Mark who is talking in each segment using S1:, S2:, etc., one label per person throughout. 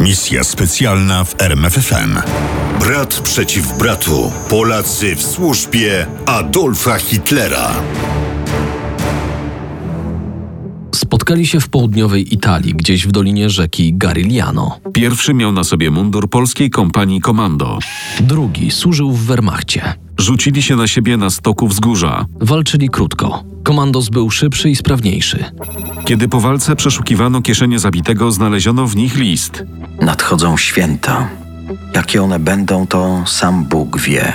S1: Misja specjalna w RMFFM.
S2: Brat przeciw bratu. Polacy w służbie Adolfa Hitlera.
S3: Spotkali się w południowej Italii, gdzieś w dolinie rzeki Garigliano.
S4: Pierwszy miał na sobie mundur polskiej kompanii komando.
S3: Drugi służył w Wehrmachcie.
S4: Rzucili się na siebie na stoku wzgórza.
S3: Walczyli krótko. Komandos był szybszy i sprawniejszy.
S4: Kiedy po walce przeszukiwano kieszenie zabitego, znaleziono w nich list.
S5: Nadchodzą święta. Jakie one będą, to sam Bóg wie.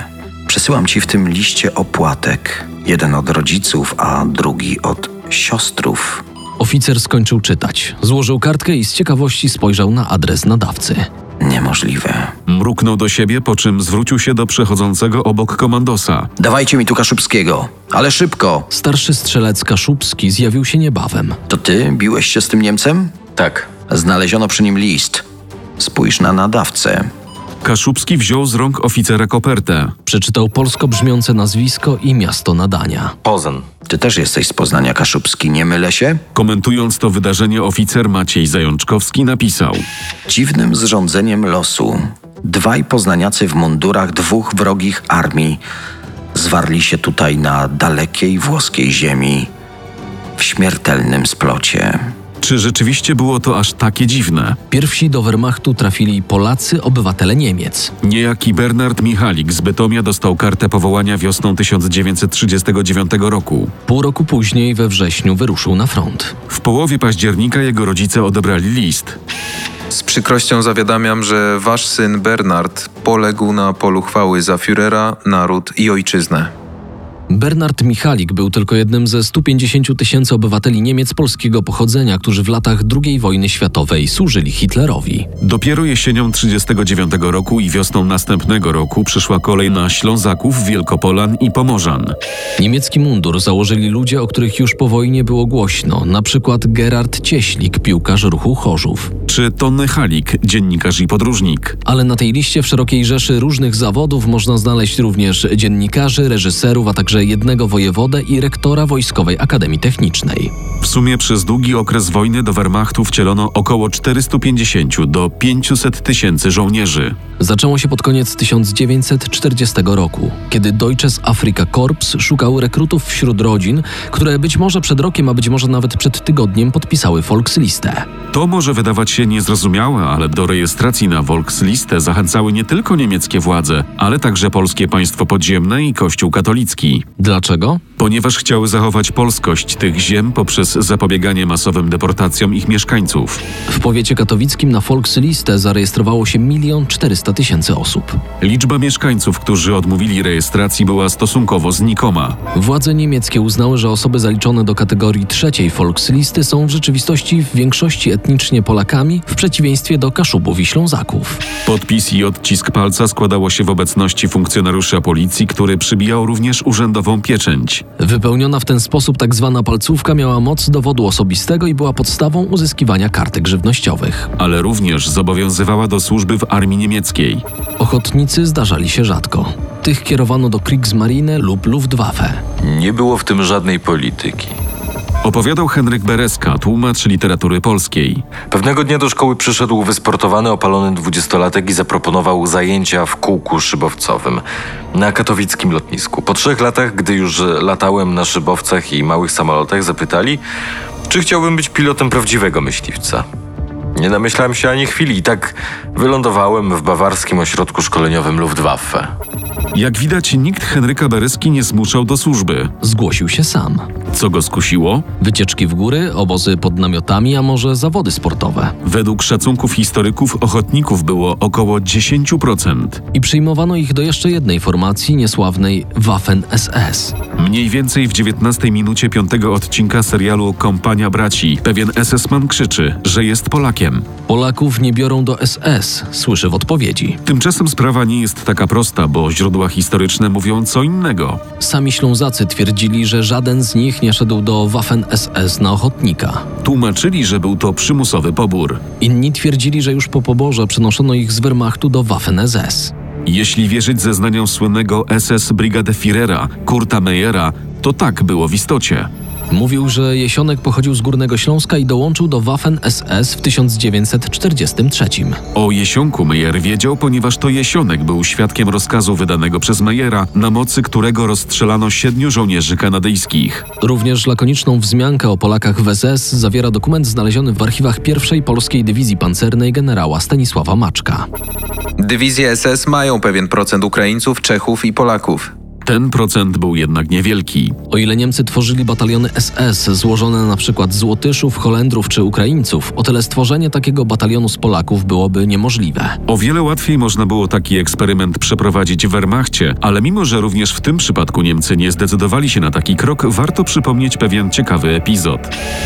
S5: Przesyłam ci w tym liście opłatek. Jeden od rodziców, a drugi od siostrów.
S3: Oficer skończył czytać. Złożył kartkę i z ciekawości spojrzał na adres nadawcy.
S5: Niemożliwe.
S4: Mruknął do siebie, po czym zwrócił się do przechodzącego obok komandosa.
S5: Dawajcie mi tu Kaszubskiego, ale szybko.
S3: Starszy strzelec Kaszubski zjawił się niebawem.
S5: To ty biłeś się z tym Niemcem? Tak. Znaleziono przy nim list. Spójrz na nadawcę.
S4: Kaszubski wziął z rąk oficera kopertę.
S3: Przeczytał polsko brzmiące nazwisko i miasto nadania.
S6: Poznań.
S5: Ty też jesteś z Poznania Kaszubski, nie mylę się?
S4: Komentując to wydarzenie, oficer Maciej Zajączkowski napisał:
S5: Dziwnym zrządzeniem losu dwaj poznaniacy w mundurach dwóch wrogich armii zwarli się tutaj na dalekiej włoskiej ziemi w śmiertelnym splocie.
S4: Czy rzeczywiście było to aż takie dziwne?
S3: Pierwsi do Wehrmachtu trafili Polacy, obywatele Niemiec.
S4: Niejaki Bernard Michalik z Bytomia dostał kartę powołania wiosną 1939 roku.
S3: Pół roku później, we wrześniu, wyruszył na front.
S4: W połowie października jego rodzice odebrali list.
S7: Z przykrością zawiadamiam, że wasz syn Bernard poległ na polu chwały za Führera, naród i ojczyznę.
S3: Bernard Michalik był tylko jednym ze 150 000 tysięcy obywateli Niemiec polskiego pochodzenia, którzy w latach II wojny światowej służyli Hitlerowi.
S4: Dopiero jesienią 1939 roku i wiosną następnego roku przyszła kolej na Ślązaków, Wielkopolan i Pomorzan.
S3: Niemiecki mundur założyli ludzie, o których już po wojnie było głośno, na przykład Gerard Cieślik, piłkarz ruchu Chorzów.
S4: Czy Tony Halik, dziennikarz i podróżnik?
S3: Ale na tej liście w szerokiej rzeszy różnych zawodów można znaleźć również dziennikarzy, reżyserów, a także jednego wojewodę i rektora Wojskowej Akademii Technicznej.
S4: W sumie przez długi okres wojny do Wehrmachtu wcielono około 450 do 500 tysięcy żołnierzy.
S3: Zaczęło się pod koniec 1940 roku, kiedy Deutsches Afrika Korps szukał rekrutów wśród rodzin, które być może przed rokiem, a być może nawet przed tygodniem podpisały Volkslistę.
S4: To może wydawać się niezrozumiałe, ale do rejestracji na Volkslistę zachęcały nie tylko niemieckie władze, ale także polskie państwo podziemne i Kościół katolicki.
S3: Dlaczego?
S4: Ponieważ chciały zachować polskość tych ziem poprzez zapobieganie masowym deportacjom ich mieszkańców.
S3: W powiecie katowickim na Volkslistę zarejestrowało się 1 400 tysięcy osób.
S4: Liczba mieszkańców, którzy odmówili rejestracji, była stosunkowo znikoma.
S3: Władze niemieckie uznały, że osoby zaliczone do kategorii trzeciej Volkslisty są w rzeczywistości w większości etnicznie Polakami, w przeciwieństwie do Kaszubów i Ślązaków.
S4: Podpis i odcisk palca składało się w obecności funkcjonariusza policji, który przybijał również urzędową pieczęć.
S3: Wypełniona w ten sposób tak zwana palcówka miała moc dowodu osobistego i była podstawą uzyskiwania kartek żywnościowych.
S4: ale również zobowiązywała do służby w armii niemieckiej.
S3: Ochotnicy zdarzali się rzadko. Tych kierowano do Kriegsmarine lub Luftwaffe.
S6: Nie było w tym żadnej polityki.
S4: Opowiadał Henryk Bereska, tłumacz literatury polskiej.
S6: Pewnego dnia do szkoły przyszedł wysportowany, opalony dwudziestolatek i zaproponował zajęcia w kółku szybowcowym na katowickim lotnisku. Po trzech latach, gdy już latałem na szybowcach i małych samolotach, zapytali, czy chciałbym być pilotem prawdziwego myśliwca. Nie namyślałem się ani chwili i tak wylądowałem w bawarskim ośrodku szkoleniowym Luftwaffe.
S4: Jak widać, nikt Henryka Bereski nie zmuszał do służby.
S3: Zgłosił się sam.
S4: Co go skusiło?
S3: Wycieczki w góry, obozy pod namiotami, a może zawody sportowe.
S4: Według szacunków historyków ochotników było około 10%,
S3: I przyjmowano ich do jeszcze jednej formacji niesławnej Waffen SS.
S4: mniej więcej w 19 minucie piątego odcinka serialu Kompania Braci. Pewien SS-man krzyczy, że jest Polakiem.
S3: Polaków nie biorą do SS, słyszy w odpowiedzi.
S4: Tymczasem sprawa nie jest taka prosta, bo źródła historyczne mówią co innego.
S3: Sami Ślązacy twierdzili, że żaden z nich nie szedł do Waffen SS na ochotnika.
S4: Tłumaczyli, że był to przymusowy pobór.
S3: Inni twierdzili, że już po poborze przenoszono ich z Wehrmachtu do Waffen SS.
S4: Jeśli wierzyć zeznaniom słynnego SS Brigadeführera Kurta Meyera, to tak było w istocie.
S3: Mówił, że Jesionek pochodził z Górnego Śląska i dołączył do Waffen SS w 1943.
S4: O Jesionku Meyer wiedział, ponieważ to Jesionek był świadkiem rozkazu wydanego przez Meyera, na mocy którego rozstrzelano siedmiu żołnierzy kanadyjskich.
S3: Również lakoniczną wzmiankę o Polakach w SS zawiera dokument znaleziony w archiwach pierwszej Polskiej Dywizji Pancernej generała Stanisława Maczka.
S7: Dywizje SS mają pewien procent Ukraińców, Czechów i Polaków.
S4: Ten procent był jednak niewielki.
S3: O ile Niemcy tworzyli bataliony SS złożone na przykład z Łotyszów, Holendrów czy Ukraińców, o tyle stworzenie takiego batalionu z Polaków byłoby niemożliwe.
S4: O wiele łatwiej można było taki eksperyment przeprowadzić w Wehrmachcie, ale mimo, że również w tym przypadku Niemcy nie zdecydowali się na taki krok, warto przypomnieć pewien ciekawy epizod.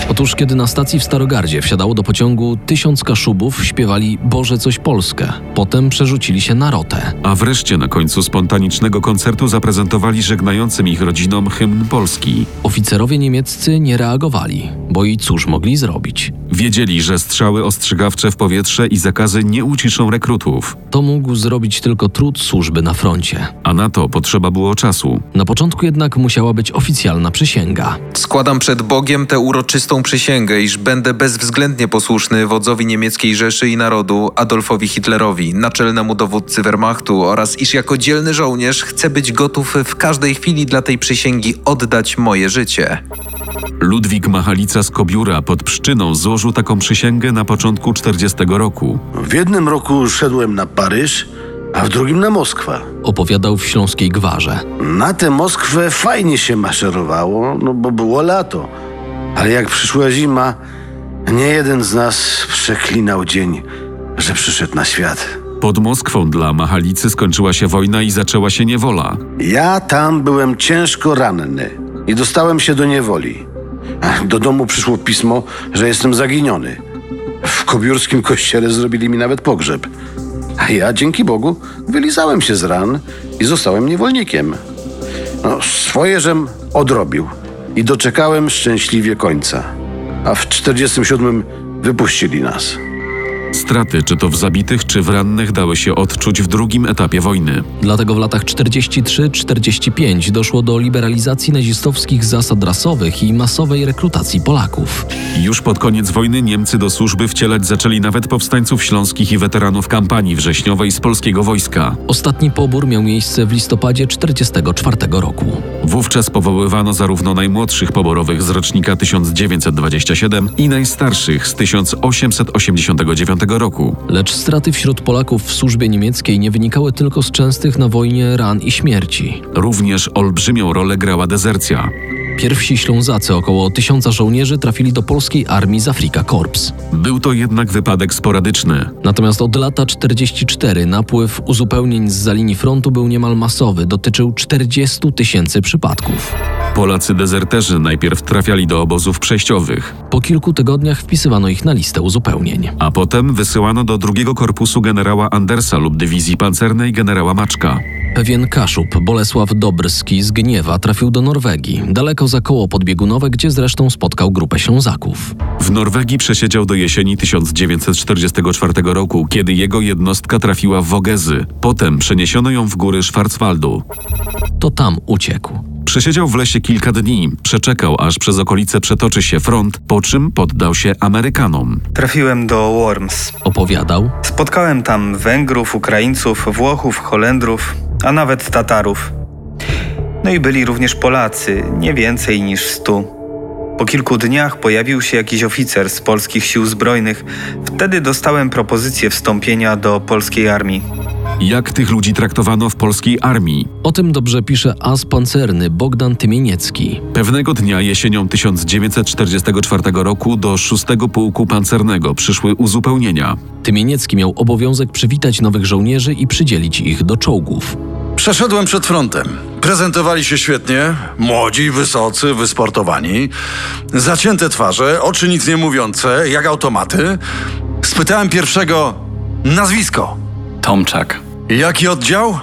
S3: Otóż kiedy na stacji w Starogardzie wsiadało do pociągu tysiąc kaszubów, śpiewali Boże coś Polskę. Potem przerzucili się na rotę.
S4: A wreszcie na końcu spontanicznego koncertu zaprezentowali żegnającym ich rodzinom hymn Polski.
S3: Oficerowie niemieccy nie reagowali, bo i cóż mogli zrobić?
S4: Wiedzieli, że strzały ostrzegawcze w powietrze i zakazy nie uciszą rekrutów,
S3: To mógł zrobić tylko trud służby na froncie.
S4: a na to potrzeba było czasu.
S3: Na początku jednak musiała być oficjalna przysięga.
S7: Składam przed Bogiem tę uroczystą przysięgę, iż będę bezwzględnie posłuszny wodzowi niemieckiej Rzeszy i Narodu Adolfowi Hitlerowi, naczelnemu dowódcy Wehrmachtu oraz iż jako dzielny żołnierz chcę być gotów w każdej chwili dla tej przysięgi oddać moje życie.
S4: Ludwik Machalica z Kobiura pod Pszczyną złożył taką przysięgę na początku 40 roku.
S8: W jednym roku szedłem na Paryż, a w drugim na Moskwę.
S3: Opowiadał w Śląskiej Gwarze.
S8: Na tę Moskwę fajnie się maszerowało, no bo było lato. Ale jak przyszła zima, nie jeden z nas przeklinał dzień, że przyszedł na świat.
S4: Pod Moskwą dla Machalicy skończyła się wojna i zaczęła się niewola.
S8: Ja tam byłem ciężko ranny i dostałem się do niewoli. Do domu przyszło pismo, że jestem zaginiony. W kobiurskim kościele zrobili mi nawet pogrzeb. A ja, dzięki Bogu, wylizałem się z ran i zostałem niewolnikiem. No, swoje żem odrobił i doczekałem szczęśliwie końca. A w 47 wypuścili nas.
S4: Straty, czy to w zabitych, czy w rannych, dały się odczuć w drugim etapie wojny.
S3: Dlatego w latach 43-45 doszło do liberalizacji nazistowskich zasad rasowych i masowej rekrutacji Polaków.
S4: Już pod koniec wojny Niemcy do służby wcielać zaczęli nawet powstańców śląskich i weteranów kampanii wrześniowej z polskiego wojska.
S3: Ostatni pobór miał miejsce w listopadzie 44 roku.
S4: Wówczas powoływano zarówno najmłodszych poborowych z rocznika 1927 i najstarszych z 1889 roku.
S3: Lecz straty wśród Polaków w służbie niemieckiej nie wynikały tylko z częstych na wojnie ran i śmierci.
S4: Również olbrzymią rolę grała dezercja.
S3: Pierwsi Ślązacy, około tysiąca żołnierzy, trafili do polskiej armii z Afrika Korps.
S4: Był to jednak wypadek sporadyczny.
S3: Natomiast od lata 44 napływ uzupełnień z za linii frontu był niemal masowy, dotyczył 40 000 tysięcy przypadków.
S4: Polacy dezerterzy najpierw trafiali do obozów przejściowych,
S3: Po kilku tygodniach wpisywano ich na listę uzupełnień.
S4: a potem wysyłano do drugiego korpusu generała Andersa lub dywizji pancernej generała Maczka.
S3: Pewien kaszub, Bolesław Dobrski z Gniewa, trafił do Norwegii, daleko za koło podbiegunowe, gdzie zresztą spotkał grupę Ślązaków.
S4: W Norwegii przesiedział do jesieni 1944 roku, kiedy jego jednostka trafiła w Wogezy. Potem przeniesiono ją w góry Schwarzwaldu.
S3: To tam uciekł.
S4: Przesiedział w lesie kilka dni, przeczekał aż przez okolice przetoczy się front, po czym poddał się Amerykanom.
S9: Trafiłem do Worms.
S3: Opowiadał,
S9: Spotkałem tam Węgrów, Ukraińców, Włochów, Holendrów, a nawet Tatarów. No i byli również Polacy, nie więcej niż stu. Po kilku dniach pojawił się jakiś oficer z polskich sił zbrojnych. Wtedy dostałem propozycję wstąpienia do polskiej armii.
S4: Jak tych ludzi traktowano w polskiej armii?
S3: o tym dobrze pisze as pancerny Bogdan Tymieniecki.
S4: Pewnego dnia jesienią 1944 roku do 6 Pułku Pancernego przyszły uzupełnienia.
S3: Tymieniecki miał obowiązek przywitać nowych żołnierzy i przydzielić ich do czołgów.
S10: Przeszedłem przed frontem. Prezentowali się świetnie, młodzi, wysocy, wysportowani. Zacięte twarze, oczy nic nie mówiące, jak automaty. Spytałem pierwszego nazwisko.
S11: Tomczak.
S10: Jaki oddział?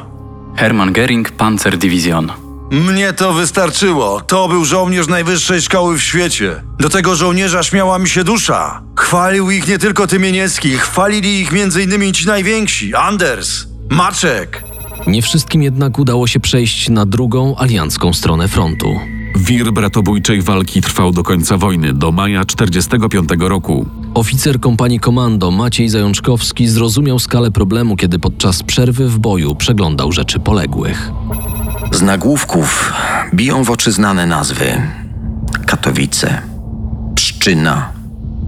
S11: Hermann Gering, Panzer Division.
S10: Mnie to wystarczyło. To był żołnierz najwyższej szkoły w świecie. Do tego żołnierza śmiała mi się dusza. Chwalił ich nie tylko Tymieniecki, chwalili ich m.in. ci najwięksi. Anders, Maczek.
S3: Nie wszystkim jednak udało się przejść na drugą aliancką stronę frontu.
S4: Wir bratobójczej walki trwał do końca wojny, do maja 1945 roku.
S3: Oficer kompanii komando Maciej Zajączkowski zrozumiał skalę problemu, kiedy podczas przerwy w boju przeglądał rzeczy poległych.
S5: Z nagłówków biją w oczy znane nazwy: Katowice, Pszczyna,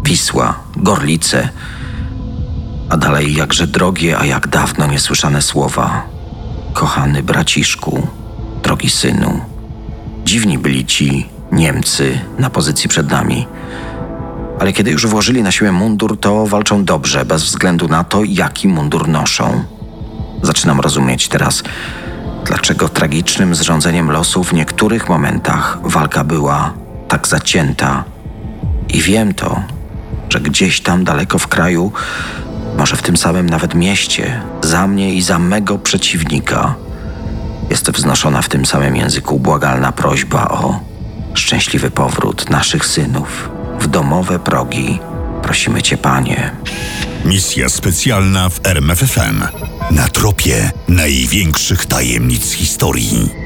S5: Wisła, Gorlice, a dalej jakże drogie, a jak dawno niesłyszane słowa: Kochany braciszku, drogi synu. Dziwni byli ci Niemcy na pozycji przed nami. Ale kiedy już włożyli na siebie mundur, to walczą dobrze, bez względu na to, jaki mundur noszą. Zaczynam rozumieć teraz, dlaczego tragicznym zrządzeniem losu w niektórych momentach walka była tak zacięta. I wiem to, że gdzieś tam daleko w kraju, może w tym samym nawet mieście, za mnie i za mego przeciwnika, jest wznoszona w tym samym języku błagalna prośba o szczęśliwy powrót naszych synów w domowe progi. Prosimy Cię, Panie.
S1: Misja specjalna w RMFFM. Na tropie największych tajemnic historii.